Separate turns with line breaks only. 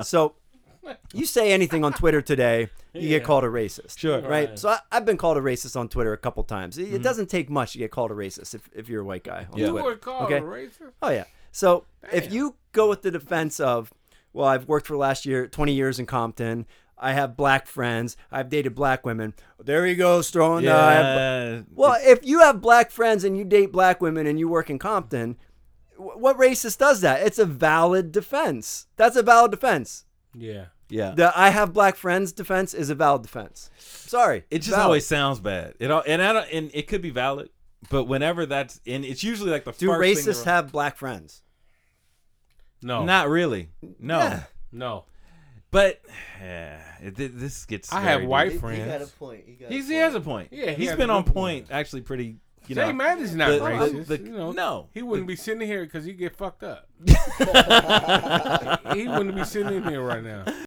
So you say anything on Twitter today, you get called a racist.
Sure. Mm-hmm.
Right?
Right.
So I, I've been called a racist on Twitter a couple times. It, it doesn't take much to get called a racist if, if you're a white guy. On
Yeah. You
Twitter.
were called
okay?
a racist.
Oh yeah. So if
Damn.
you go with the defense of, well, I've worked for the last year, twenty years in Compton. I have black friends. I've dated black women. There he goes throwing the. I have-
Yeah.
well, if you have black friends and you date black women and you work in Compton, wh- what racist does that? It's a valid defense. That's a valid defense.
Yeah.
yeah.
The I have black friends defense is a valid defense. Sorry,
It
it's
just
valid.
always sounds bad. It all, and I don't, and it could be valid, but whenever that's and it's usually like the
do
first thing
racists
that-
have black friends?
No.
Not really. No.
Yeah.
no.
But yeah, it, thi- this gets.
I
very
have
deep.
white
He- He got a
friends.
point. He got
He's,
a
he
point.
has a point.
Yeah, he
he's
has
been
a
on
good
point actually pretty. You
Jay
know,
Mattis not
the-
racist.
the-
you know.
no.
He wouldn't be sitting here because he get fucked up. he wouldn't be sitting in here right now.